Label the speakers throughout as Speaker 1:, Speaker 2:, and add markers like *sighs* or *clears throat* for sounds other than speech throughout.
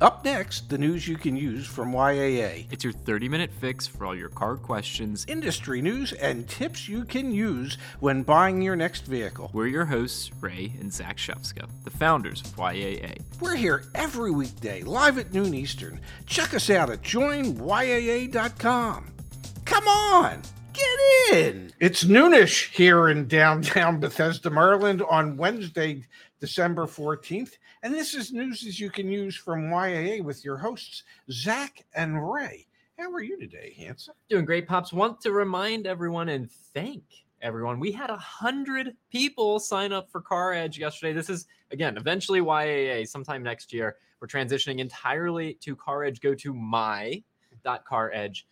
Speaker 1: Up next, the news you can use from YAA
Speaker 2: It's your 30 minute fix for all your car questions.
Speaker 1: industry news and tips you can use when buying your next vehicle.
Speaker 2: We're your hosts, Ray and Zach Shevska, the founders of YAA.
Speaker 1: We're here every weekday, live at noon Eastern. Check us out at joinyaa.com. Come on, get in. It's noonish here in downtown *laughs* Bethesda, Maryland on Wednesday, December 14th. And this is news as you can use from YAA with your hosts, Zach and Ray. How are you today, Hanson?
Speaker 3: Doing great, Pops. Want to remind everyone and thank everyone. We had a hundred people sign up for Car Edge yesterday. This is again eventually YAA sometime next year. We're transitioning entirely to Car Edge. Go to my.caredge.com.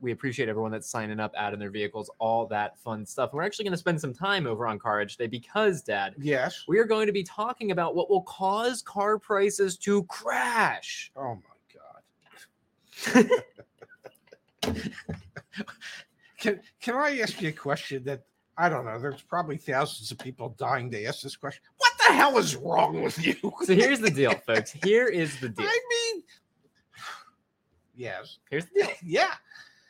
Speaker 3: We appreciate everyone that's signing up, adding their vehicles, all that fun stuff. And we're actually going to spend some time over on Car Edge today because, Dad,
Speaker 1: Yes.
Speaker 3: we are going to be talking about what will cause car prices to crash.
Speaker 1: Oh, my God. Can, can I ask you a question that I don't know? There's probably thousands of people dying to ask this question. What the hell is wrong with
Speaker 3: *laughs*
Speaker 1: you? *laughs*
Speaker 3: So here's the deal, folks. Here is the deal.
Speaker 1: I mean, *sighs* yes,
Speaker 3: Here's the deal.
Speaker 1: yeah,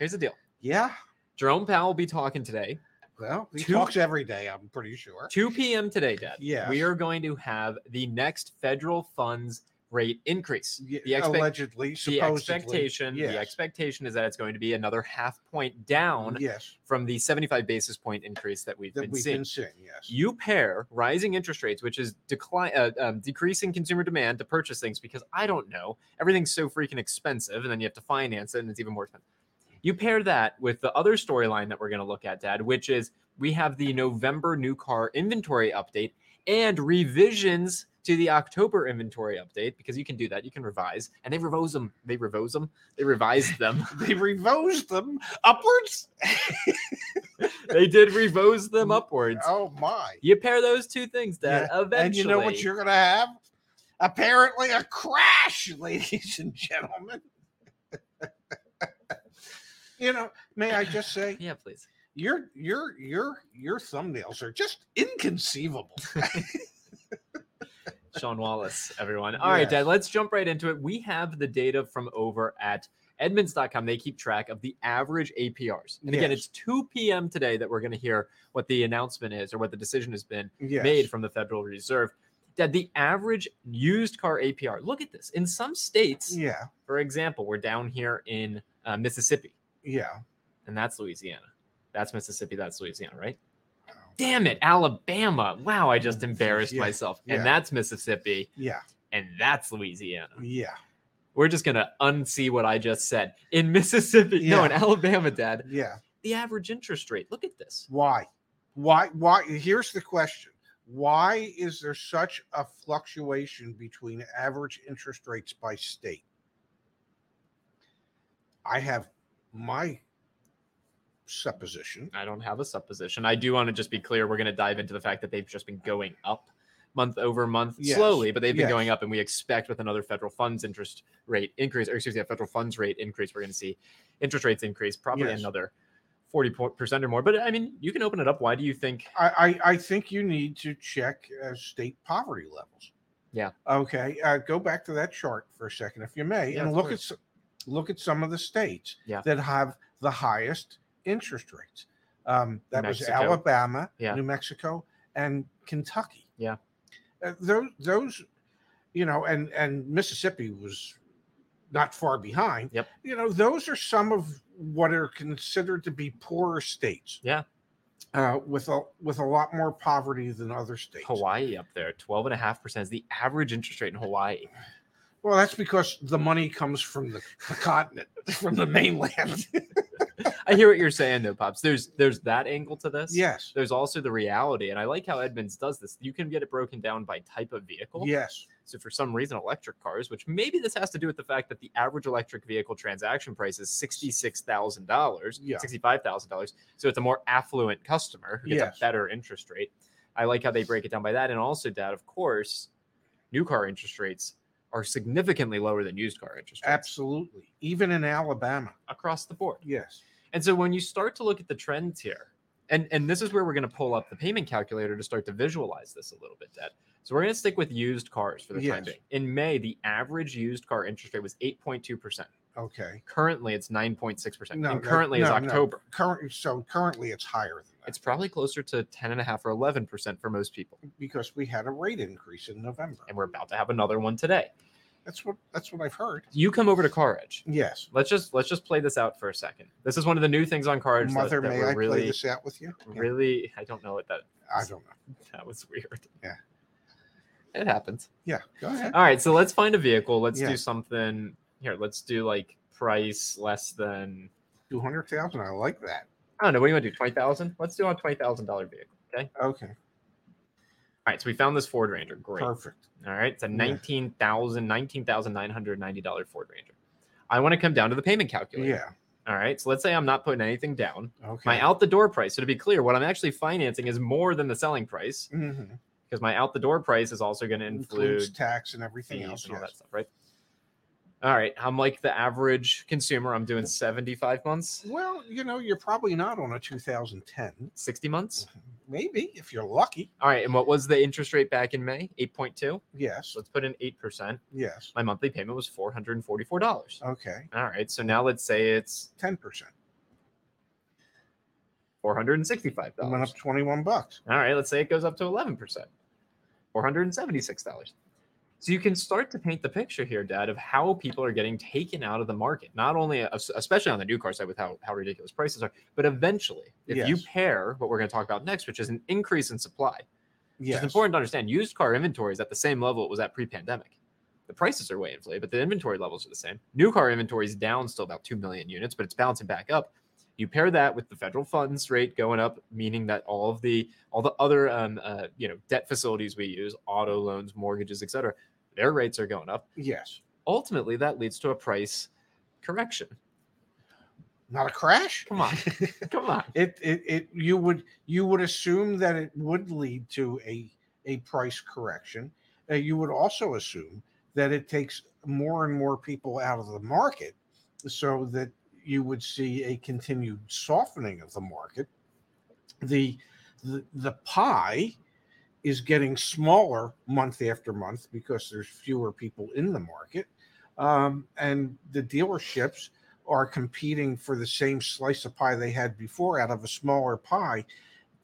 Speaker 3: Here's the deal.
Speaker 1: yeah.
Speaker 3: Jerome Powell will be talking today.
Speaker 1: Well, he
Speaker 3: Two-
Speaker 1: talks every day. I'm pretty sure.
Speaker 3: 2 p.m. today, Dad.
Speaker 1: Yes.
Speaker 3: We are going to have the next federal funds rate increase.
Speaker 1: Ye-
Speaker 3: The, expect-
Speaker 1: allegedly,
Speaker 3: the
Speaker 1: supposedly,
Speaker 3: expectation,
Speaker 1: yes,
Speaker 3: the expectation is that it's going to be another half point down
Speaker 1: yes,
Speaker 3: from the 75 basis point increase that we've
Speaker 1: that
Speaker 3: been
Speaker 1: we've
Speaker 3: seeing.
Speaker 1: been seeing. Yes,
Speaker 3: you pair rising interest rates, which is decline, uh, um, decreasing consumer demand to purchase things because I don't know, everything's so freaking expensive, and then you have to finance it, and it's even more expensive. You pair that with the other storyline that we're going to look at, Dad, which is we have the November new car inventory update and revisions to the October inventory update because you can do that. You can revise, and they revise them. They revise them. They
Speaker 1: *laughs*
Speaker 3: revised them.
Speaker 1: they revised them upwards.
Speaker 3: they did revise them upwards.
Speaker 1: Oh my!
Speaker 3: You pair those two things, Dad. Eventually,
Speaker 1: And you know what you're going to have? Apparently, a crash, *laughs* ladies and gentlemen. *laughs* you know, may I just say,
Speaker 3: Yeah, please.
Speaker 1: your your your your thumbnails are just inconceivable.
Speaker 3: Sean Wallace, everyone. All right,
Speaker 1: Yes.
Speaker 3: Dad, let's jump right into it. We have the data from over at Edmunds.com. They keep track of the average APRs. And again,
Speaker 1: Yes.
Speaker 3: it's 2 p.m. today that we're going to hear what the announcement is or what the decision has been
Speaker 1: Yes.
Speaker 3: made from the Federal Reserve. Dad, the average used car APR, look at this. In some states,
Speaker 1: Yeah.
Speaker 3: for example, we're down here in uh, Mississippi,
Speaker 1: Yeah.
Speaker 3: and that's Louisiana. That's Mississippi, that's Louisiana, right?
Speaker 1: Oh, Wow.
Speaker 3: Damn it, Alabama. Wow, I just embarrassed
Speaker 1: Yeah,
Speaker 3: myself.
Speaker 1: yeah.
Speaker 3: And that's Mississippi
Speaker 1: Yeah.
Speaker 3: and that's Louisiana.
Speaker 1: Yeah.
Speaker 3: We're just gonna unsee what I just said. In Mississippi, no, in
Speaker 1: Yeah.
Speaker 3: Alabama, Dad,
Speaker 1: Yeah.
Speaker 3: the average interest rate. Look at this.
Speaker 1: Why? Why? Why? Here's the question. Why is there such a fluctuation between average interest rates by state? I have my supposition.
Speaker 3: I don't have a supposition. I do want to just be clear. We're gonna dive into the fact that they've just been going up month over month
Speaker 1: Yes,
Speaker 3: slowly, but they've been
Speaker 1: yes.
Speaker 3: going up, and we expect with another federal funds interest rate increase, or excuse me, a federal funds rate increase, we're gonna see interest rates increase probably
Speaker 1: Yes.
Speaker 3: another forty percent or more. But I mean, you can open it up. Why do you think?
Speaker 1: I, I, I think you need to check uh, state poverty levels.
Speaker 3: Yeah.
Speaker 1: Okay. Uh, go back to that chart for a second, if you may,
Speaker 3: Yeah,
Speaker 1: and
Speaker 3: of
Speaker 1: look
Speaker 3: course.
Speaker 1: at s- look at some of the states
Speaker 3: Yeah.
Speaker 1: that have the highest interest rates. Um, that
Speaker 3: Mexico.
Speaker 1: was Alabama,
Speaker 3: Yeah.
Speaker 1: New Mexico, and Kentucky.
Speaker 3: Yeah.
Speaker 1: Uh, those those, you know, and and Mississippi was not far behind.
Speaker 3: Yep.
Speaker 1: You know, those are some of what are considered to be poorer states.
Speaker 3: Yeah.
Speaker 1: Uh, with a with a lot more poverty than other states.
Speaker 3: Hawaii up there, 12.5% is the average interest rate in Hawaii.
Speaker 1: Well, that's because the money comes from the, the continent, *laughs* from the
Speaker 3: *laughs*
Speaker 1: mainland.
Speaker 3: I hear what you're saying though, Pops. There's there's that angle to this.
Speaker 1: yes.
Speaker 3: There's also the reality, and I like how Edmonds does this. You can get it broken down by type of vehicle.
Speaker 1: Yes.
Speaker 3: So for some reason, electric cars, which maybe this has to do with the fact that the average electric vehicle transaction price is sixty-six thousand dollars,
Speaker 1: Yeah.
Speaker 3: sixty-five thousand dollars. So it's a more affluent customer who gets
Speaker 1: Yes.
Speaker 3: a better interest rate. I like how they break it down by that, and also, Dad, of course, new car interest rates are significantly lower than used car interest rates
Speaker 1: Absolutely. Even in Alabama.
Speaker 3: across the board.
Speaker 1: Yes.
Speaker 3: And so when you start to look at the trends here, and and this is where we're going to pull up the payment calculator to start to visualize this a little bit, Dad. So we're going to stick with used cars for the time
Speaker 1: Yes.
Speaker 3: being. In May, the average used car interest rate was 8.2%.
Speaker 1: Okay.
Speaker 3: Currently, it's 9.6%.
Speaker 1: No,
Speaker 3: and
Speaker 1: that-
Speaker 3: currently is
Speaker 1: no, no.
Speaker 3: October.
Speaker 1: Current, so currently it's higher than that
Speaker 3: It's probably closer to 10.5 or 11% for most people.
Speaker 1: because we had a rate increase in November.
Speaker 3: And we're about to have another one today.
Speaker 1: That's what that's what I've heard.
Speaker 3: You come over to Car Edge.
Speaker 1: Yes.
Speaker 3: Let's just let's just play this out for a second. This is one of the new things on Car Edge that-
Speaker 1: Mother,
Speaker 3: that,
Speaker 1: may
Speaker 3: we're
Speaker 1: I
Speaker 3: really
Speaker 1: play this out with you? Yeah,
Speaker 3: really I don't know what that
Speaker 1: I don't know.
Speaker 3: *laughs* that was weird.
Speaker 1: Yeah.
Speaker 3: It happens.
Speaker 1: Yeah. Go ahead.
Speaker 3: All right, so let's find a vehicle. Let's
Speaker 1: Yeah.
Speaker 3: do something here. Let's do like price less than
Speaker 1: Two hundred thousand. I like that.
Speaker 3: I don't know. What do you want to do? Twenty thousand? Let's do a twenty thousand dollar vehicle. Okay.
Speaker 1: Okay.
Speaker 3: All right. So we found this Ford Ranger. Great.
Speaker 1: Perfect.
Speaker 3: All right. It's a
Speaker 1: Yeah.
Speaker 3: nineteen thousand, nineteen thousand nine hundred ninety dollar Ford Ranger. I want to come down to the payment calculator.
Speaker 1: Yeah.
Speaker 3: All right. So let's say I'm not putting anything down.
Speaker 1: Okay.
Speaker 3: My out the door price. So to be clear, what I'm actually financing is more than the selling price
Speaker 1: Mhm.
Speaker 3: because my out the door price is also going to
Speaker 1: includes
Speaker 3: include
Speaker 1: tax and everything
Speaker 3: fees
Speaker 1: else.
Speaker 3: and all
Speaker 1: yes.
Speaker 3: that stuff, right? All right. I'm like the average consumer. I'm doing 75 months,
Speaker 1: Well, you know, you're probably not on a 2010.
Speaker 3: 60 months.
Speaker 1: Maybe if you're lucky.
Speaker 3: All right. And what was the interest rate back in May? 8.2.
Speaker 1: Yes.
Speaker 3: So let's put in 8%.
Speaker 1: Yes.
Speaker 3: My monthly payment was $444. All
Speaker 1: Okay.
Speaker 3: right. So now let's say it's
Speaker 1: 10%.
Speaker 3: $465.
Speaker 1: It went up 21 bucks.
Speaker 3: All right. Let's say it goes up to 11%, $476. So you can start to paint the picture here, Dad, of how people are getting taken out of the market. Not only, uh, especially on the new car side, with how, how ridiculous prices are, but eventually, if you
Speaker 1: Yes.
Speaker 3: pair what we're going to talk about next, which is an increase in supply, which
Speaker 1: Yes.
Speaker 3: It's important to understand used car inventory is at the same level it was at pre-pandemic. The prices are way inflated, but the inventory levels are the same. New car inventory is down still about 2 million units, but it's bouncing back up. You pair that with the federal funds rate going up, meaning that all of the all the other um, uh, you know debt facilities we use, auto loans, mortgages, et cetera, their rates are going up.
Speaker 1: Yes.
Speaker 3: Ultimately, that leads to a price correction.
Speaker 1: Not a crash.
Speaker 3: Come on,
Speaker 1: *laughs*
Speaker 3: come on.
Speaker 1: It, it it you would you would assume that it would lead to a a price correction. Uh, you would also assume that it takes more and more people out of the market, so that you would see a continued softening of the market. The the, the pie is getting smaller month after month because there's fewer people in the market, um, and the dealerships are competing for the same slice of pie they had before out of a smaller pie,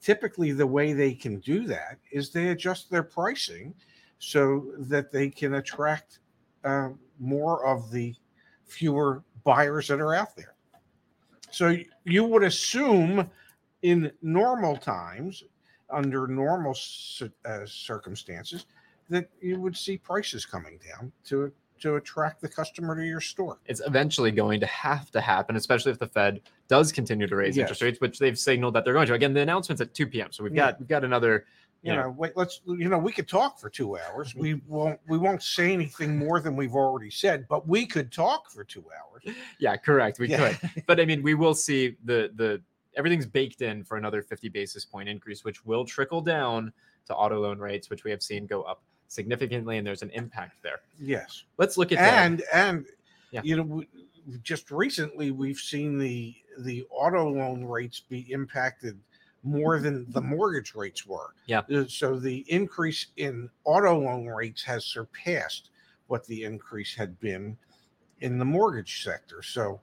Speaker 1: typically the way they can do that is they adjust their pricing so that they can attract uh, more of the fewer buyers that are out there. So y- you would assume in normal times, under normal ci- uh, circumstances, that you would see prices coming down to to attract the customer to your store.
Speaker 3: it's eventually going to have to happen, especially if the Fed does continue to raise
Speaker 1: Yes.
Speaker 3: interest rates, which they've signaled that they're going to. Again, the announcement's at 2 p.m. So we've
Speaker 1: Yeah.
Speaker 3: got we've got another
Speaker 1: you
Speaker 3: Yeah.
Speaker 1: know wait let's you know we could talk for two hours we won't we won't say anything more than we've already said but we could talk for two hours
Speaker 3: yeah, correct. We
Speaker 1: Yeah. *laughs*
Speaker 3: could. But I mean, we will see the the everything's baked in for another 50 basis point increase, which will trickle down to auto loan rates, which we have seen go up significantly, and there's an impact there.
Speaker 1: yes
Speaker 3: Let's look at that.
Speaker 1: and and
Speaker 3: Yeah.
Speaker 1: you know we, just recently we've seen the the auto loan rates be impacted more than the mortgage rates were
Speaker 3: Yeah.
Speaker 1: Uh, so the increase in auto loan rates has surpassed what the increase had been in the mortgage sector so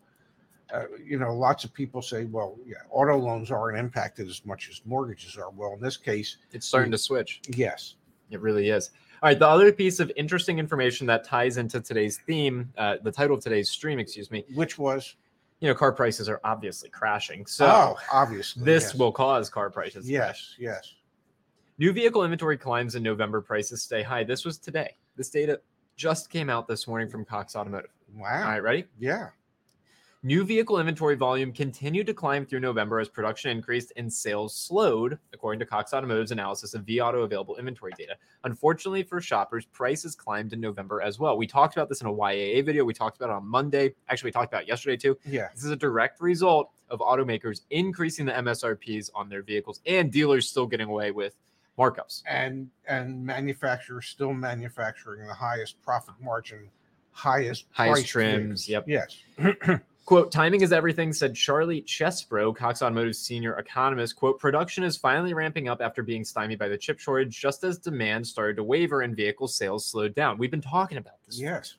Speaker 1: uh, you know lots of people say well yeah, auto loans aren't impacted as much as mortgages are well in this case
Speaker 3: It's starting to switch.
Speaker 1: yes
Speaker 3: It really is. All right. The other piece of interesting information that ties into today's theme, uh, the title of today's stream, excuse me,
Speaker 1: which was
Speaker 3: you know, car prices are obviously crashing. So
Speaker 1: oh obviously
Speaker 3: this
Speaker 1: yes.
Speaker 3: will cause car prices. to
Speaker 1: yes
Speaker 3: crash.
Speaker 1: yes
Speaker 3: New vehicle inventory climbs in November. Prices stay high. This was today. This data just came out this morning from Cox Automotive. All
Speaker 1: wow
Speaker 3: right, ready?
Speaker 1: yeah
Speaker 3: New vehicle inventory volume continued to climb through November as production increased and sales slowed, according to Cox Automotive's analysis of V Auto available inventory data. Unfortunately for shoppers, prices climbed in November as well. We talked about this in a YAA video. We talked about it on Monday. Actually, we talked about it yesterday too.
Speaker 1: Yeah.
Speaker 3: This is a direct result of automakers increasing the MSRPs on their vehicles and dealers still getting away with markups.
Speaker 1: And and manufacturers still manufacturing the highest profit margin, highest
Speaker 3: Highest
Speaker 1: price
Speaker 3: trims, yep.
Speaker 1: Yes.
Speaker 3: Quote, timing is everything, said Charlie Chesbro, Cox Automotive's senior economist. Quote, production is finally ramping up after being stymied by the chip shortage, just as demand started to waver and vehicle sales slowed down. We've been talking about this.
Speaker 1: Yes.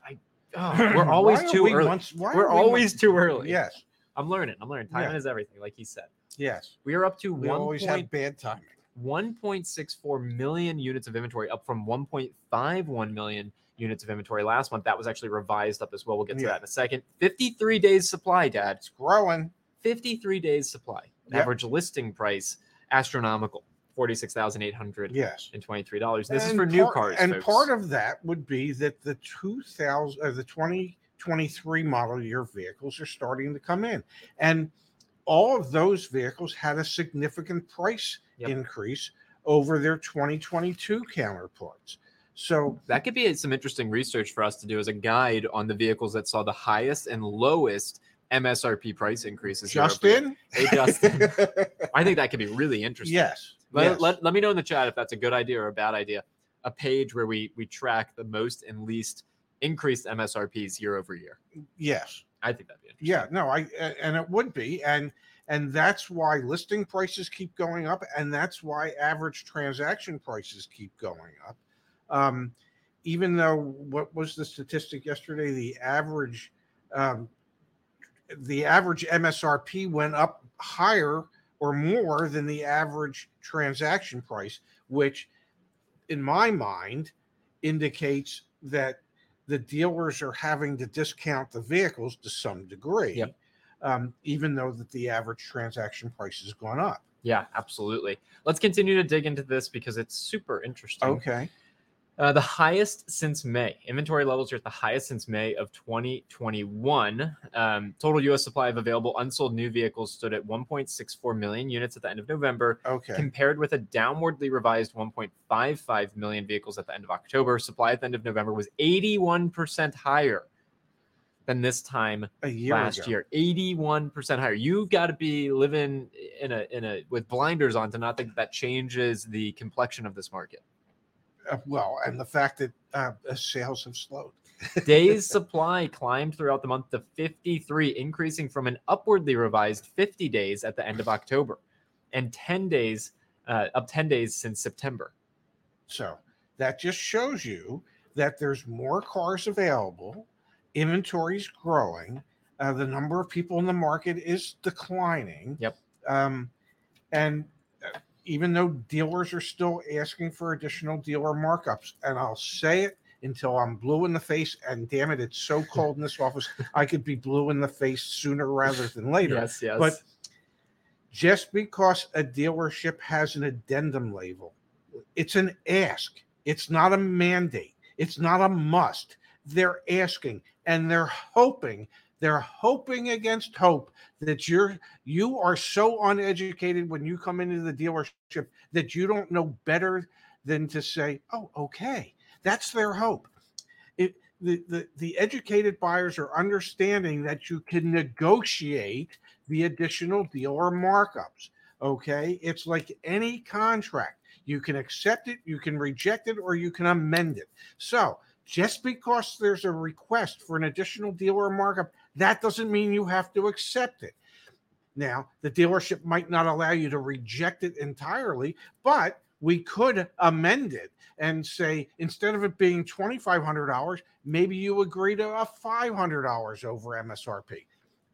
Speaker 3: Oh, we're always
Speaker 1: Why are
Speaker 3: too
Speaker 1: we
Speaker 3: early.
Speaker 1: once- why
Speaker 3: we're
Speaker 1: are we
Speaker 3: always
Speaker 1: once-
Speaker 3: too early.
Speaker 1: Yes.
Speaker 3: I'm learning. I'm learning. Timing
Speaker 1: Yeah.
Speaker 3: is everything, like he said.
Speaker 1: Yes.
Speaker 3: We are up to
Speaker 1: We
Speaker 3: one
Speaker 1: always
Speaker 3: point-
Speaker 1: have bad timing.
Speaker 3: 1.64 million units of inventory, up from 1.51 million units of inventory last month. That was actually revised up as well. We'll get to
Speaker 1: Yeah.
Speaker 3: that in a second. 53 days supply, Dad.
Speaker 1: It's growing.
Speaker 3: 53 days supply.
Speaker 1: Yep.
Speaker 3: Average listing price astronomical, forty-six thousand eight hundred
Speaker 1: Yes.
Speaker 3: and twenty-three dollars. This is
Speaker 1: And
Speaker 3: for new
Speaker 1: part-
Speaker 3: cars,
Speaker 1: And
Speaker 3: folks.
Speaker 1: part of that would be that the 2000 or the 2023 model year vehicles are starting to come in. And all of those vehicles had a significant price
Speaker 3: Yep.
Speaker 1: increase over their 2022 counterparts. So,
Speaker 3: that could be some interesting research for us to do as a guide on the vehicles that saw the highest and lowest MSRP price increases. year over year.
Speaker 1: Justin?
Speaker 3: Hey,
Speaker 1: *laughs*
Speaker 3: Justin. I think that could be really interesting.
Speaker 1: yes.
Speaker 3: Let,
Speaker 1: yes.
Speaker 3: let, let me know in the chat if that's a good idea or a bad idea. A page where we we track the most and least increased MSRPs year over year.
Speaker 1: yes.
Speaker 3: I think that'd be interesting.
Speaker 1: Yeah, no, I a- and it would be, and and that's why listing prices keep going up, and that's why average transaction prices keep going up. Um, even though what was the statistic yesterday? The average, um, the average MSRP went up higher or more than the average transaction price, which, in my mind, indicates that the dealers are having to discount the vehicles to some degree,
Speaker 3: Yep.
Speaker 1: um, even though that the average transaction price has gone up.
Speaker 3: Yeah, absolutely. Let's continue to dig into this because it's super interesting.
Speaker 1: Okay.
Speaker 3: Uh, the highest since May. Inventory levels are at the highest since May of 2021. Um, total U.S. supply of available unsold new vehicles stood at 1.64 million units at the end of November,
Speaker 1: Okay.
Speaker 3: compared with a downwardly revised 1.55 million vehicles at the end of October. Supply at the end of November was 81% higher than this time
Speaker 1: A year
Speaker 3: last
Speaker 1: ago.
Speaker 3: year 81% higher you've got to be living in a in a with blinders on to not think that changes the complexion of
Speaker 1: *laughs*
Speaker 3: this market
Speaker 1: Uh, well, and the fact that uh, uh, sales have slowed.
Speaker 3: days supply climbed throughout the month to 53 increasing from an upwardly revised 50 days at the end of october and 10 days uh, up 10 days since september
Speaker 1: So that just shows you that there's more cars available, inventory's growing, uh, the number of people in the market is declining.
Speaker 3: Yep.
Speaker 1: Um, and uh, even though dealers are still asking for additional dealer markups, and I'll say it until I'm blue in the face, and damn it, it's so cold in this office, I could be blue in the face sooner rather than later.
Speaker 3: yes yes
Speaker 1: But just because a dealership has an addendum label, it's an ask. It's not a mandate. It's not a must. They're asking and they're hoping. They're hoping against hope that you're you are so uneducated when you come into the dealership that you don't know better than to say, "Oh, okay." That's their hope. It, the, the the educated buyers are understanding that you can negotiate the additional deal or markups. Okay. It's like any contract. You can accept it, you can reject it, or you can amend it. So just because there's a request for an additional deal or markup, that doesn't mean you have to accept it. Now, the dealership might not allow you to reject it entirely, but we could amend it and say instead of it being $2,500, maybe you agree to a $500 over MSRP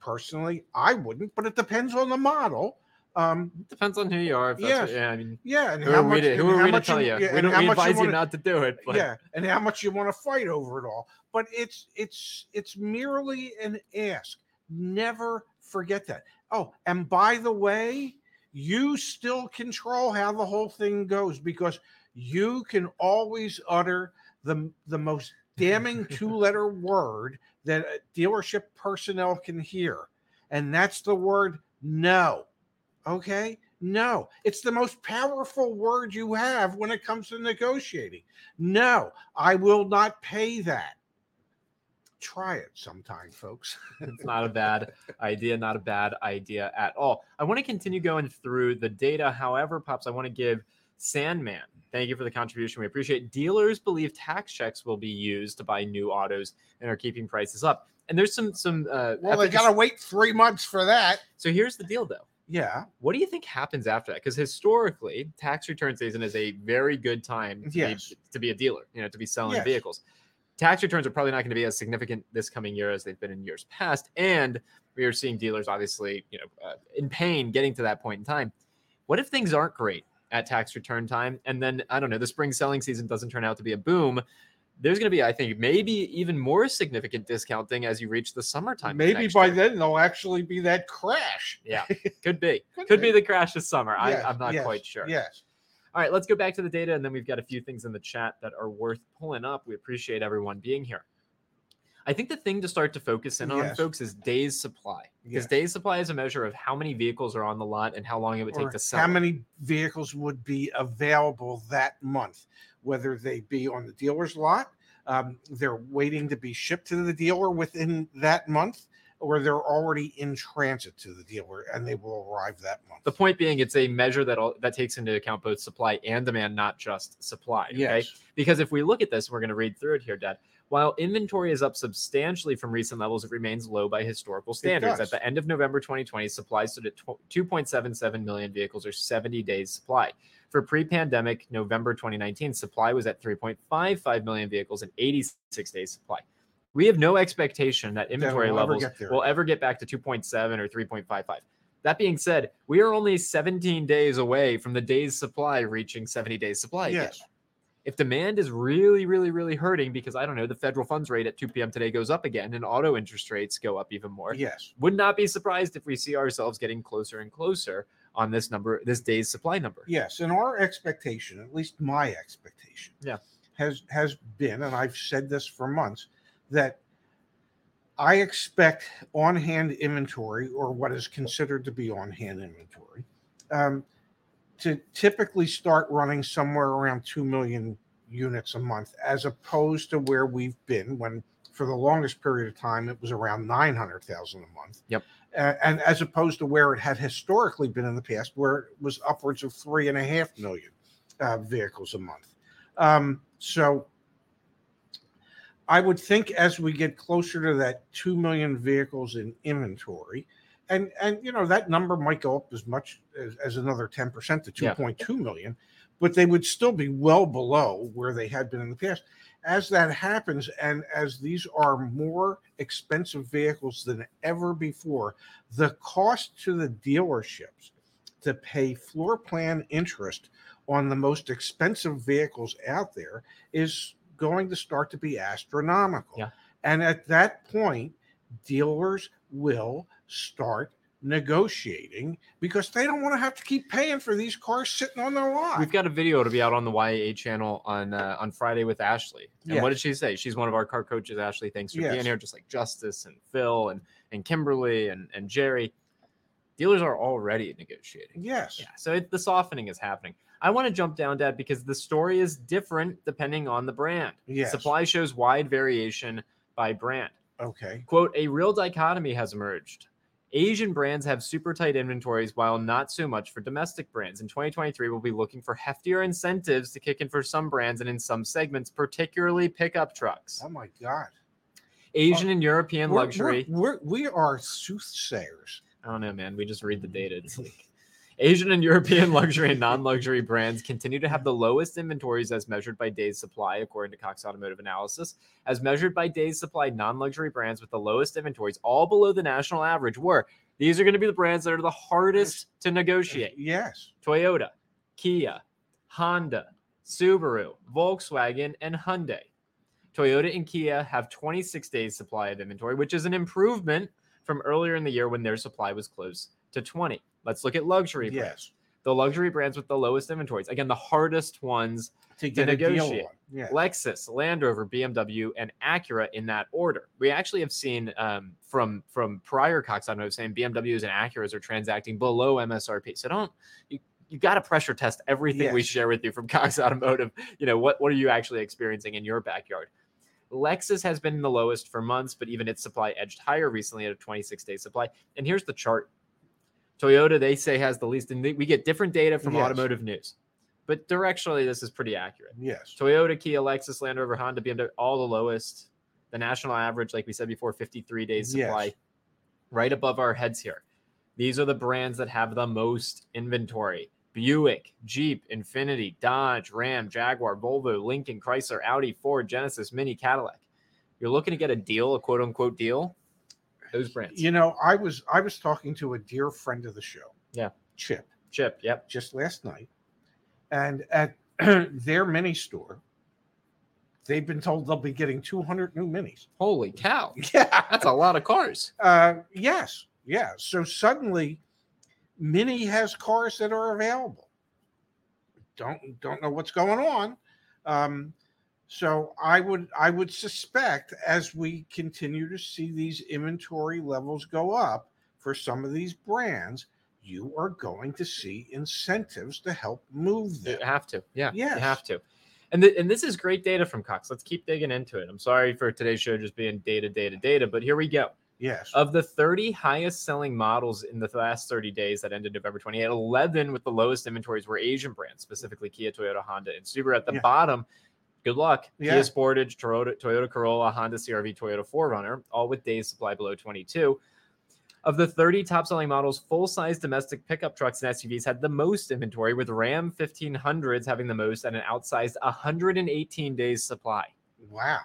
Speaker 1: personally i wouldn't but it depends on the model um
Speaker 3: depends on who you are if that's
Speaker 1: Yes.
Speaker 3: what- yeah i mean
Speaker 1: yeah and
Speaker 3: who
Speaker 1: how
Speaker 3: are we
Speaker 1: much
Speaker 3: to, who
Speaker 1: and
Speaker 3: are
Speaker 1: how
Speaker 3: we to
Speaker 1: much
Speaker 3: tell you?
Speaker 1: yeah,
Speaker 3: we
Speaker 1: and
Speaker 3: don't
Speaker 1: how
Speaker 3: we
Speaker 1: much
Speaker 3: advise you,
Speaker 1: wanna-
Speaker 3: not to do it but
Speaker 1: yeah and how much you want to fight over it all but it's it's it's merely an ask never forget that oh and by the way you still control how the whole thing goes because you can always utter the the most damning two letter word that a dealership personnel can hear and that's the word no okay no it's the most powerful word you have when it comes to negotiating no, I will not pay that. Try it sometime, folks.
Speaker 3: it's not a bad idea not a bad idea at all i want to continue going through the data however pops i want to give Sandman, thank you for the contribution. We appreciate. Dealers believe tax checks will be used to buy new autos and are keeping prices up. And there's some some. Uh,
Speaker 1: Well, they
Speaker 3: efficacy-
Speaker 1: got to wait three months for that.
Speaker 3: so here's the deal, though.
Speaker 1: Yeah.
Speaker 3: What do you think happens after that? Because historically, tax return season is a very good time to,
Speaker 1: Yes.
Speaker 3: be, to be a dealer, you know, to be selling
Speaker 1: Yes.
Speaker 3: vehicles. Tax returns are probably not going to be as significant this coming year as they've been in years past. And we are seeing dealers, obviously, you know, uh, in pain getting to that point in time. What if things aren't great at tax return time? And then, I don't know, the spring selling season doesn't turn out to be a boom. There's going to be, I think, maybe even more significant discounting as you reach the summertime. of
Speaker 1: Maybe
Speaker 3: next
Speaker 1: by
Speaker 3: year.
Speaker 1: then there'll actually be that crash. *laughs*
Speaker 3: Yeah, could be. Could be the crash this summer.
Speaker 1: Yes,
Speaker 3: I, I'm not
Speaker 1: yes,
Speaker 3: quite sure.
Speaker 1: Yes.
Speaker 3: All right, let's go back to the data, and then we've got a few things in the chat that are worth pulling up. We appreciate everyone being here. I think the thing to start to focus in on,
Speaker 1: Yes.
Speaker 3: folks, is days supply. Because
Speaker 1: Yes.
Speaker 3: days supply is a measure of how many vehicles are on the lot and how long it would
Speaker 1: Or
Speaker 3: take to sell.
Speaker 1: how
Speaker 3: it.
Speaker 1: many vehicles would be available that month, whether they be on the dealer's lot, um, they're waiting to be shipped to the dealer within that month, or they're already in transit to the dealer and they will arrive that month.
Speaker 3: The point being, it's a measure that all, that takes into account both supply and demand, not just supply. Okay?
Speaker 1: Yes.
Speaker 3: Because if we look at this, we're going to read through it here, Dad. While inventory is up substantially from recent levels, it remains low by historical standards.
Speaker 1: does.
Speaker 3: At the end of November 2020, supply stood at tw- 2.77 million vehicles or 70 days supply. For pre pandemic November 2019, supply was at 3.55 million vehicles and 86 days supply. We have no expectation that inventory
Speaker 1: we'll ever
Speaker 3: levels
Speaker 1: get there.
Speaker 3: will ever get back to 2.7 or 3.55. That being said, we are only 17 days away from the day's supply reaching 70 days supply. again
Speaker 1: Yes.
Speaker 3: if demand is really, really, really hurting because I don't know, the federal funds rate at 2 p.m. today goes up again and auto interest rates go up even more.
Speaker 1: Yes.
Speaker 3: Would not be surprised if we see ourselves getting closer and closer on this number, this day's supply number.
Speaker 1: Yes, and our expectation, at least my expectation,
Speaker 3: Yeah.
Speaker 1: has has been, and I've said this for months, that I expect on-hand inventory, or what is considered to be on-hand inventory, um, to typically start running somewhere around two million units a month, as opposed to where we've been when, for the longest period of time, it was around nine hundred thousand a month uh, and as opposed to where it had historically been in the past, where it was upwards of three and a half million uh, vehicles a month. Um, so I would think as we get closer to that two million vehicles in inventory, and and you know that number might go up as much as, as another ten percent to two
Speaker 3: Yeah.
Speaker 1: point two million, but they would still be well below where they had been in the past. As that happens, and as these are more expensive vehicles than ever before, the cost to the dealerships to pay floor plan interest on the most expensive vehicles out there is going to start to be astronomical.
Speaker 3: Yeah.
Speaker 1: And at that point, dealers will start negotiating because they don't want to have to keep paying for these cars sitting on their lot.
Speaker 3: We've got a video to be out on the YA channel on uh, on Friday with Ashley. And what did she say? She's one of our car coaches. Ashley, thanks for
Speaker 1: Yes.
Speaker 3: being here. Just like Justice and Phil and and Kimberly and and Jerry, dealers are already negotiating.
Speaker 1: yes.
Speaker 3: Yeah, so it, the softening is happening. I want to jump down, Dad, because the story is different depending on the brand.
Speaker 1: Yes.
Speaker 3: Supply shows wide variation by brand.
Speaker 1: Okay.
Speaker 3: Quote, a real dichotomy has emerged. Asian brands have super tight inventories, while not so much for domestic brands. In 2023, we'll be looking for heftier incentives to kick in for some brands and in some segments, particularly pickup trucks.
Speaker 1: Oh my God.
Speaker 3: Asian and European
Speaker 1: We're-
Speaker 3: luxury.
Speaker 1: We're, we're, we are soothsayers.
Speaker 3: I don't know, man. We just read the data. It's like Asian and European *laughs* luxury and non-luxury brands continue to have the lowest inventories as measured by days supply, according to Cox Automotive Analysis. As measured by days supply, non-luxury brands with the lowest inventories, all below the national average, were these are going to be the brands that are the hardest to negotiate.
Speaker 1: Yes.
Speaker 3: Toyota, Kia, Honda, Subaru, Volkswagen, and Hyundai. Toyota and Kia have 26 days supply of inventory, which is an improvement from earlier in the year when their supply was close to 20. Let's look at luxury
Speaker 1: Yes.
Speaker 3: brands. The luxury brands with the lowest inventories. Again, the hardest ones
Speaker 1: To get a deal on.
Speaker 3: negotiate.
Speaker 1: Yeah.
Speaker 3: Lexus, Land Rover, BMW, and Acura in that order. We actually have seen um, from from prior Cox Automotive saying BMWs and Acuras are transacting below MSRP. So don't you you got to pressure test everything we
Speaker 1: Yes.
Speaker 3: share with you from *laughs* Cox Automotive. You know what what are you actually experiencing in your backyard? Lexus has been the lowest for months, but even its supply edged higher recently at a 26 day supply. And here's the chart. Toyota, they say, has the least, and they- we get different data from
Speaker 1: Yes.
Speaker 3: Automotive News. but directionally this is pretty accurate.
Speaker 1: Yes.
Speaker 3: Toyota, Kia, Lexus, Land Rover, Honda, BMW, all the lowest. The national average, like we said before, 53 days
Speaker 1: Yes.
Speaker 3: supply, right above our heads here. These are the brands that have the most inventory Buick, Jeep, Infinity, Dodge, Ram, Jaguar, Volvo, Lincoln, Chrysler, Audi, Ford, Genesis, Mini, Cadillac. You're looking to get a deal, a quote unquote deal. Those brands.
Speaker 1: You know, I was I was talking to a dear friend of the show.
Speaker 3: Yeah.
Speaker 1: Chip,
Speaker 3: Chip, yep.
Speaker 1: just last night, and at *clears throat* their mini store, they've been told they'll be getting 200 new minis. *laughs*
Speaker 3: Holy cow.
Speaker 1: Yeah.
Speaker 3: That's a lot of cars.
Speaker 1: Uh, yes. Yeah. So suddenly, Mini has cars that are available. Don't don't know what's going on. Um, so I would I would suspect as we continue to see these inventory levels go up for some of these brands, you are going to see incentives to help move
Speaker 3: You
Speaker 1: them.
Speaker 3: have to. Yeah.
Speaker 1: Yes.
Speaker 3: You have to. And, th- and this is great data from Cox. Let's keep digging into it. I'm sorry for today's show just being data, data, data, but here we go.
Speaker 1: Yes.
Speaker 3: Of the 30 highest selling models in the last 30 days that ended November 28, 11 with the lowest inventories were Asian brands, specifically Kia, Toyota, Honda, and Subaru. At the
Speaker 1: Yeah.
Speaker 3: bottom, good luck.
Speaker 1: Yeah.
Speaker 3: Kia Sportage, Toyota, Toyota Corolla, Honda CRV, Toyota 4Runner, all with days supply below 22. Of the 30 top selling models, full size domestic pickup trucks and SUVs had the most inventory, with Ram 1500s having the most at an outsized 118 days supply.
Speaker 1: Wow.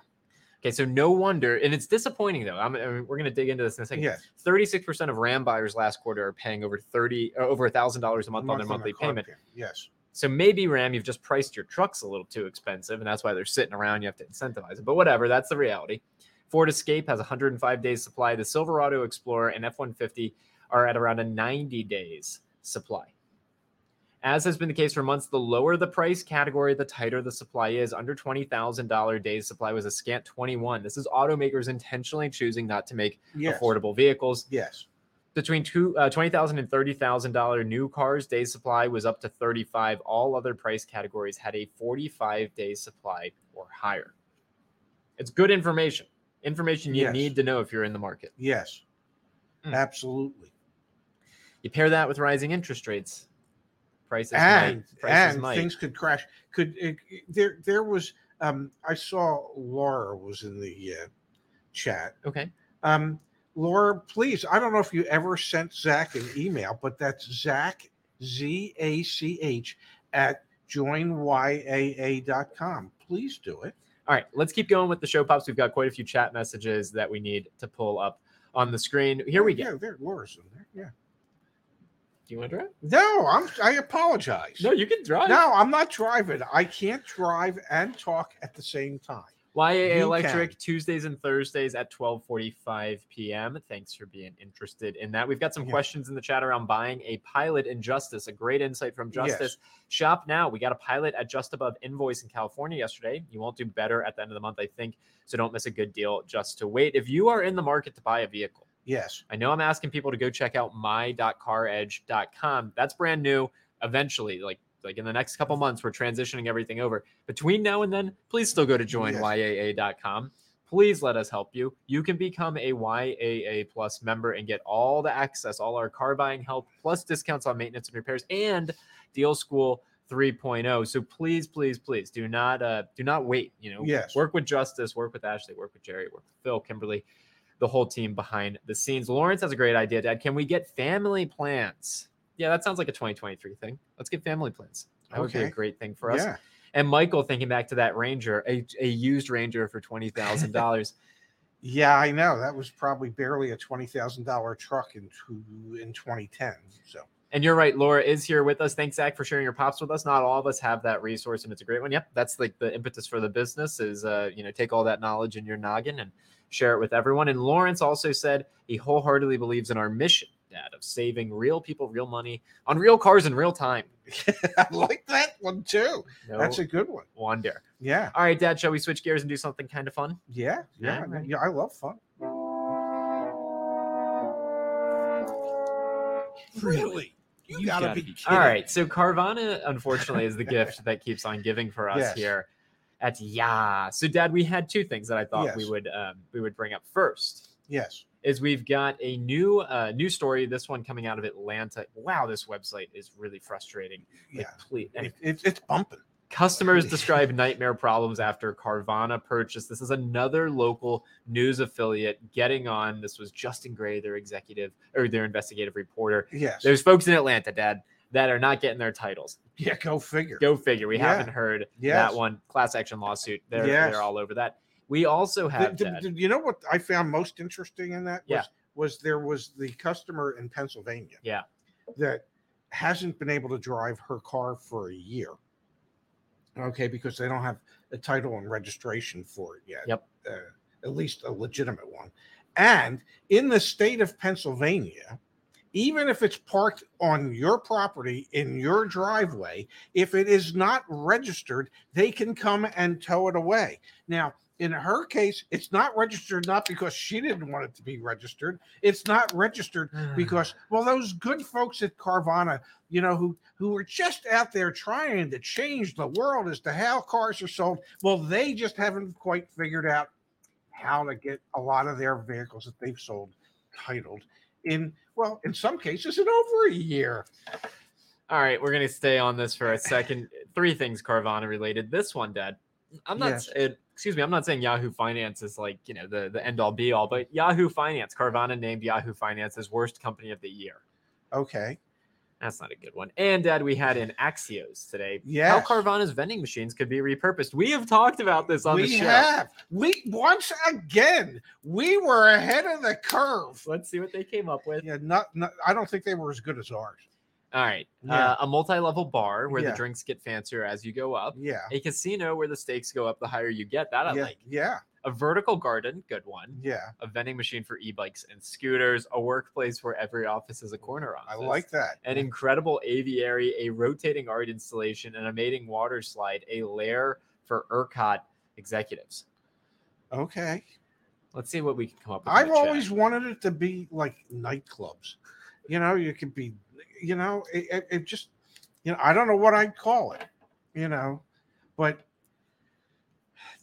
Speaker 3: Okay, so no wonder, and it's disappointing though. I'm, I mean, we're going to dig into this in a second.
Speaker 1: Yes.
Speaker 3: 36% of RAM buyers last quarter are paying over 30 or over $1,000 a month on their
Speaker 1: Month on the
Speaker 3: monthly
Speaker 1: car
Speaker 3: payment.
Speaker 1: payment. Yes.
Speaker 3: So maybe RAM you've just priced your trucks a little too expensive and that's why they're sitting around you have to incentivize it. But whatever, that's the reality. Ford Escape has 105 days supply. The Silverado Explorer and F150 are at around a 90 days supply. As has been the case for months, the lower the price category, the tighter the supply is. Under $20,000 days supply was a scant 21. This is automakers intentionally choosing not to make
Speaker 1: Yes.
Speaker 3: affordable vehicles
Speaker 1: Yes.
Speaker 3: between two, uh, $20,000 and $30,000 new cars, day supply was up to 35. All other price categories had a 45 day supply or higher. It's good information. Information you
Speaker 1: Yes.
Speaker 3: need to know if you're in the market.
Speaker 1: Yes.
Speaker 3: Mm.
Speaker 1: Absolutely.
Speaker 3: You pair that with rising interest rates, prices
Speaker 1: and
Speaker 3: might. Prices
Speaker 1: and
Speaker 3: might.
Speaker 1: things could crash. Could it, there? There was. Um, I saw Laura was in the uh, chat.
Speaker 3: okay.
Speaker 1: Um, Laura, please. I don't know if you ever sent Zach an email, but that's Zach Z A C H at joinyaa.com. Please do it.
Speaker 3: All right. Let's keep going with the show pops. We've got quite a few chat messages that we need to pull up on the screen. Here we go.
Speaker 1: Yeah, there, Laura's in there. Yeah.
Speaker 3: Do you want to drive?
Speaker 1: No, I'm. I apologize.
Speaker 3: No, you can drive.
Speaker 1: No, I'm not driving. I can't drive and talk at the same time.
Speaker 3: YAA
Speaker 1: You
Speaker 3: Electric
Speaker 1: can.
Speaker 3: Tuesdays and Thursdays at 12:45 p.m. Thanks for being interested in that. We've got some
Speaker 1: Yeah.
Speaker 3: questions in the chat around buying a pilot in Justice. A great insight from
Speaker 1: Yes.
Speaker 3: Justice. Shop now. We got a pilot at just above invoice in California yesterday. You won't do better at the end of the month, I think. So don't miss a good deal just to wait. If you are in the market to buy a vehicle,
Speaker 1: Yes.
Speaker 3: I know I'm asking people to go check out my.caredge.com. That's brand new. Eventually, like like in the next couple months, we're transitioning everything over. Between now and then, please still go to joinyaa.com. Please let us help you. You can become a YAA Plus member and get all the access, all our car buying help, plus discounts on maintenance and repairs, and Deal School 3.0. oh. So please, please, please do not uh, do not wait. You know,
Speaker 1: Yes.
Speaker 3: work with Justice, work with Ashley, work with Jerry, work with Phil, Kimberly, the whole team behind the scenes. Lawrence has a great idea, Dad. Can we get family plans? Yeah, that sounds like a 2023 thing. Let's get family plans. That would be a
Speaker 1: Okay.
Speaker 3: great thing for us.
Speaker 1: Yeah.
Speaker 3: And Michael, thinking back to that Ranger, a, a used Ranger for twenty thousand dollars.
Speaker 1: Yeah, I know. That was probably barely a twenty thousand dollar truck in two, in twenty ten. So *laughs*
Speaker 3: And you're right, Laura is here with us. Thanks, Zach, for sharing your pops with us. Not all of us have that resource, and it's a great one. Yep, that's like the impetus for the business is uh, you know take all that knowledge in your noggin and share it with everyone. And Lawrence also said he wholeheartedly believes in our mission, Dad, of saving real people, real money on real cars in real time.
Speaker 1: I like that one too.
Speaker 3: No
Speaker 1: That's a good one.
Speaker 3: wonder.
Speaker 1: Yeah,
Speaker 3: All right, Dad, shall we switch gears and do something kind of fun?
Speaker 1: yeah, yeah.
Speaker 3: Alright.
Speaker 1: Yeah, I love fun. Really? You, gotta, be kidding.
Speaker 3: All right, so Carvana, unfortunately, is the gift that keeps on giving for us
Speaker 1: Yes.
Speaker 3: here at Yeah. So, Dad, we had two things that I thought we
Speaker 1: Yes.
Speaker 3: would um, we would bring up first.
Speaker 1: Yes.
Speaker 3: is we've got a new uh, news story. This one coming out of Atlanta. Wow, this website is really frustrating.
Speaker 1: Yeah,
Speaker 3: Like, please,
Speaker 1: it, it, it's bumping. *laughs*
Speaker 3: Customers describe nightmare problems after Carvana purchase. This is another local news affiliate getting on. This was Justin Gray, their executive or their investigative reporter.
Speaker 1: Yes.
Speaker 3: There's folks in Atlanta, Dad, that are not getting their titles.
Speaker 1: yeah, go figure.
Speaker 3: Go figure. We
Speaker 1: Yeah.
Speaker 3: haven't heard
Speaker 1: Yes.
Speaker 3: that one class action lawsuit. They're,
Speaker 1: Yes.
Speaker 3: they're all over that. We also
Speaker 1: The-
Speaker 3: have
Speaker 1: the-
Speaker 3: Dad,
Speaker 1: the- you know what I found most interesting in that was,
Speaker 3: Yeah.
Speaker 1: was there was the customer in Pennsylvania.
Speaker 3: Yeah.
Speaker 1: That hasn't been able to drive her car for a year. Okay, because they don't have a title and registration for it yet.
Speaker 3: Yep.
Speaker 1: Uh, at least a legitimate one. And in the state of Pennsylvania, even if it's parked on your property in your driveway, if it is not registered, they can come and tow it away. Now, in her case, it's not registered not because she didn't want it to be registered. It's not registered
Speaker 3: Hmm.
Speaker 1: because well, those good folks at Carvana, you know, who who are just out there trying to change the world as to how cars are sold. Well, they just haven't quite figured out how to get a lot of their vehicles that they've sold titled in well, in some cases, in over a year.
Speaker 3: All right, we're gonna stay on
Speaker 1: *laughs*
Speaker 3: this for a second. Three things Carvana related. This one, Dad. I'm not.
Speaker 1: Yes.
Speaker 3: It, excuse me. I'm not saying Yahoo Finance is like you know the the end all be all, but Yahoo Finance. Carvana named Yahoo Finance as worst company of the year.
Speaker 1: Okay.
Speaker 3: That's not a good one. And Dad, we had in Axios today.
Speaker 1: Yes.
Speaker 3: How Carvana's vending machines could be repurposed. We have talked about this on
Speaker 1: we
Speaker 3: the show.
Speaker 1: have we once again we were ahead of the curve.
Speaker 3: Let's see what they came up with.
Speaker 1: Yeah, not, not I don't think they were as good as ours.
Speaker 3: All right.
Speaker 1: Yeah.
Speaker 3: Uh, a multi level bar where
Speaker 1: Yeah.
Speaker 3: the drinks get fancier as you go up.
Speaker 1: Yeah.
Speaker 3: A casino where the stakes go up the higher you get. That I
Speaker 1: yeah,
Speaker 3: like.
Speaker 1: yeah,
Speaker 3: A vertical garden, good one.
Speaker 1: yeah.
Speaker 3: a vending machine for e-bikes and scooters, a workplace where every office is a corner
Speaker 1: I
Speaker 3: office.
Speaker 1: like that.
Speaker 3: an incredible aviary, a rotating art installation, an amazing water slide, a lair for ERCOT executives.
Speaker 1: okay.
Speaker 3: Let's see what we can come up with. in
Speaker 1: I've
Speaker 3: the chat.
Speaker 1: always wanted it to be like nightclubs. You know, you could be, you know, it, it, it just, you know, I don't know what I'd call it, you know, but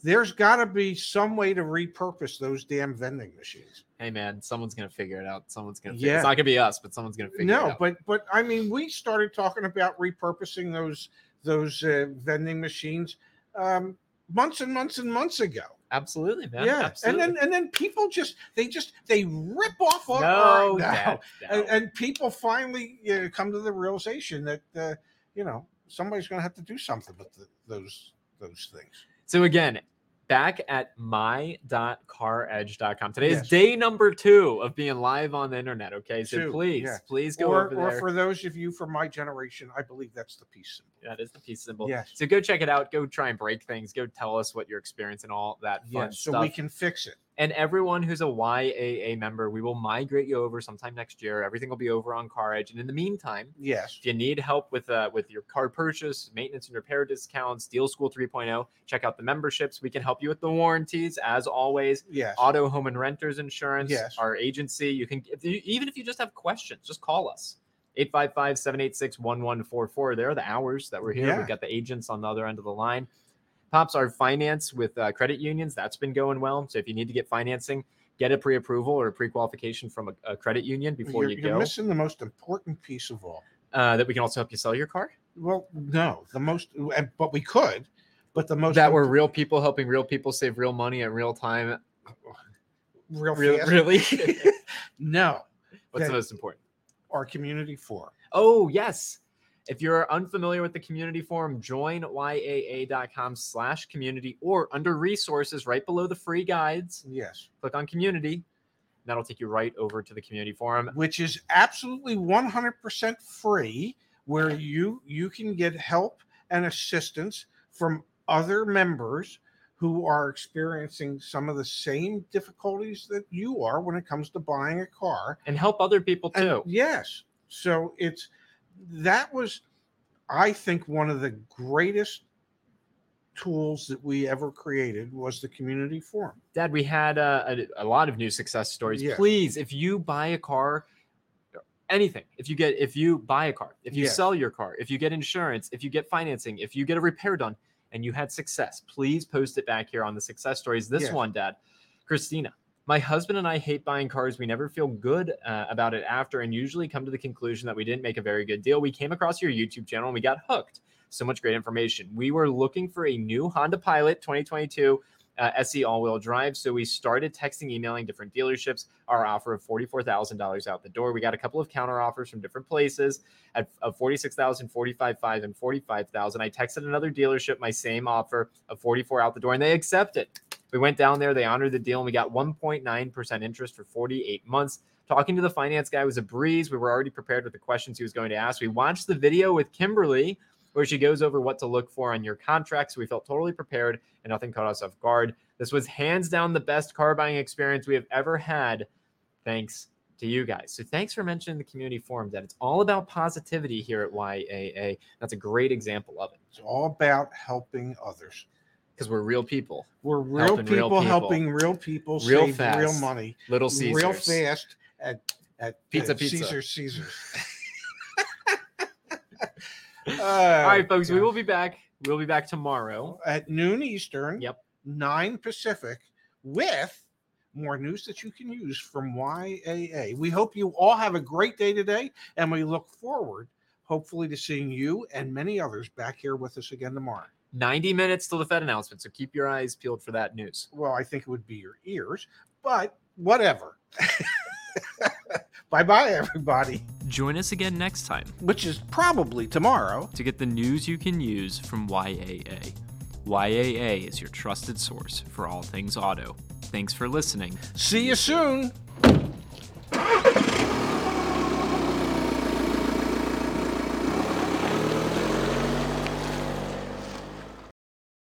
Speaker 1: there's got to be some way to repurpose those damn vending machines.
Speaker 3: Hey man, someone's gonna figure it out. Someone's gonna. Figure,
Speaker 1: Yeah.
Speaker 3: It's not gonna be us, but someone's gonna figure it
Speaker 1: No,
Speaker 3: out.
Speaker 1: but but I mean, we started talking about repurposing those those uh, vending machines um, months and months and months ago.
Speaker 3: absolutely, man.
Speaker 1: yeah,
Speaker 3: absolutely.
Speaker 1: and then and then people just they just they rip off all
Speaker 3: no,
Speaker 1: all-
Speaker 3: Dad, no.
Speaker 1: and, and people finally you know, come to the realization that uh, you know somebody's going to have to do something with the, those those things.
Speaker 3: So again, back at my.caredge.com. Today
Speaker 1: Yes.
Speaker 3: is day number two of being live on the internet. Okay. So
Speaker 1: Two,
Speaker 3: please,
Speaker 1: yeah.
Speaker 3: please go
Speaker 1: Or,
Speaker 3: over
Speaker 1: or
Speaker 3: there.
Speaker 1: for those of you from my generation, I believe that's the piece.
Speaker 3: that is the peace symbol.
Speaker 1: Yes.
Speaker 3: So go check it out. Go try and break things. Go tell us what your experience and all that fun
Speaker 1: Yes,
Speaker 3: stuff.
Speaker 1: so we can fix it.
Speaker 3: and everyone who's a YAA member, we will migrate you over sometime next year. Everything will be over on Car Edge. And in the meantime,
Speaker 1: Yes,
Speaker 3: If you need help with uh, with your car purchase, maintenance and repair discounts, Deal School 3.0, check out the memberships. We can help you with the warranties as always.
Speaker 1: yes,
Speaker 3: Auto, home, and renters insurance,
Speaker 1: Yes.
Speaker 3: our agency. You can, if you, even if you just have questions, just call us 855 786 1144. There are the hours that we're here.
Speaker 1: Yeah.
Speaker 3: We've got the agents on the other end of the line. Pops, our finance with uh, credit unions, that's been going well. So if you need to get financing, get a pre approval or a pre qualification from a, a credit union before
Speaker 1: you're,
Speaker 3: you
Speaker 1: you're
Speaker 3: go.
Speaker 1: missing the most important piece of all.
Speaker 3: Uh, that we can also help you sell your car.
Speaker 1: Well, no, the most, and- but we could, but the most
Speaker 3: that were real people helping real people save real money at real time.
Speaker 1: real,
Speaker 3: Real,
Speaker 1: fast- *laughs*
Speaker 3: really?
Speaker 1: no,
Speaker 3: What's
Speaker 1: That-
Speaker 3: the most important?
Speaker 1: our community forum.
Speaker 3: Oh, yes. If you're unfamiliar with the community forum, join YAA.com slash community or under resources right below the free guides.
Speaker 1: Yes,
Speaker 3: Click on community. and That'll take you right over to the community forum.
Speaker 1: which is absolutely 100% free where you you can get help and assistance from other members who are experiencing some of the same difficulties that you are when it comes to buying a car
Speaker 3: And help other people
Speaker 1: and
Speaker 3: too.
Speaker 1: yes so it's that was i think one of the greatest tools that we ever created was the community forum
Speaker 3: Dad, we had uh, a, a lot of new success stories.
Speaker 1: Yeah.
Speaker 3: Please, if you buy a car, anything, if you get, if you buy a car, if you
Speaker 1: Yeah.
Speaker 3: sell your car, if you get insurance, if you get financing, if you get a repair done, and you had success, please post it back here on the success stories. This
Speaker 1: Yes.
Speaker 3: one, Dad, Christina, My husband and I hate buying cars. We never feel good uh, about it after, and usually come to the conclusion that we didn't make a very good deal. We came across your YouTube channel and we got hooked. So much great information. We were looking for a new Honda Pilot 2022 uh, SE all wheel drive. So we started texting, emailing different dealerships, our offer of $44,000 out the door. We got a couple of counter offers from different places at of 46,000, 45,500 and 45,000. I texted another dealership my same offer of 44 out the door and they accepted. We went down there, they honored the deal and we got 1.9% interest for 48 months. Talking to the finance guy was a breeze. We were already prepared with the questions he was going to ask. We watched the video with Kimberly where she goes over what to look for on your contract. So we felt totally prepared and nothing caught us off guard. This was hands down the best car buying experience we have ever had. Thanks to you guys. So thanks for mentioning the community forum that it's all about positivity here at YAA. That's a great example of it
Speaker 1: It's all about helping others.
Speaker 3: because we're real people.
Speaker 1: We're real
Speaker 3: Helping
Speaker 1: people,
Speaker 3: real people.
Speaker 1: helping real people
Speaker 3: Real
Speaker 1: save real
Speaker 3: fast.
Speaker 1: money
Speaker 3: Little Caesars.
Speaker 1: real fast at at
Speaker 3: Pizza,
Speaker 1: at
Speaker 3: pizza.
Speaker 1: Caesar Caesar's. *laughs*
Speaker 3: All right, folks, we will be back. We'll be back tomorrow.
Speaker 1: at noon Eastern.
Speaker 3: Yep.
Speaker 1: Nine Pacific with more news that you can use from YAA. We hope you all have a great day today, and we look forward, hopefully, to seeing you and many others back here with us again tomorrow.
Speaker 3: 90 minutes till the Fed announcement. So keep your eyes peeled for that news.
Speaker 1: Well, I think it would be your ears, but whatever. *laughs* bye bye, everybody,
Speaker 2: Join us again next time
Speaker 1: which is probably tomorrow.
Speaker 2: to get the news you can use from YAA. YAA is your trusted source for all things auto. Thanks for listening.
Speaker 1: See you soon.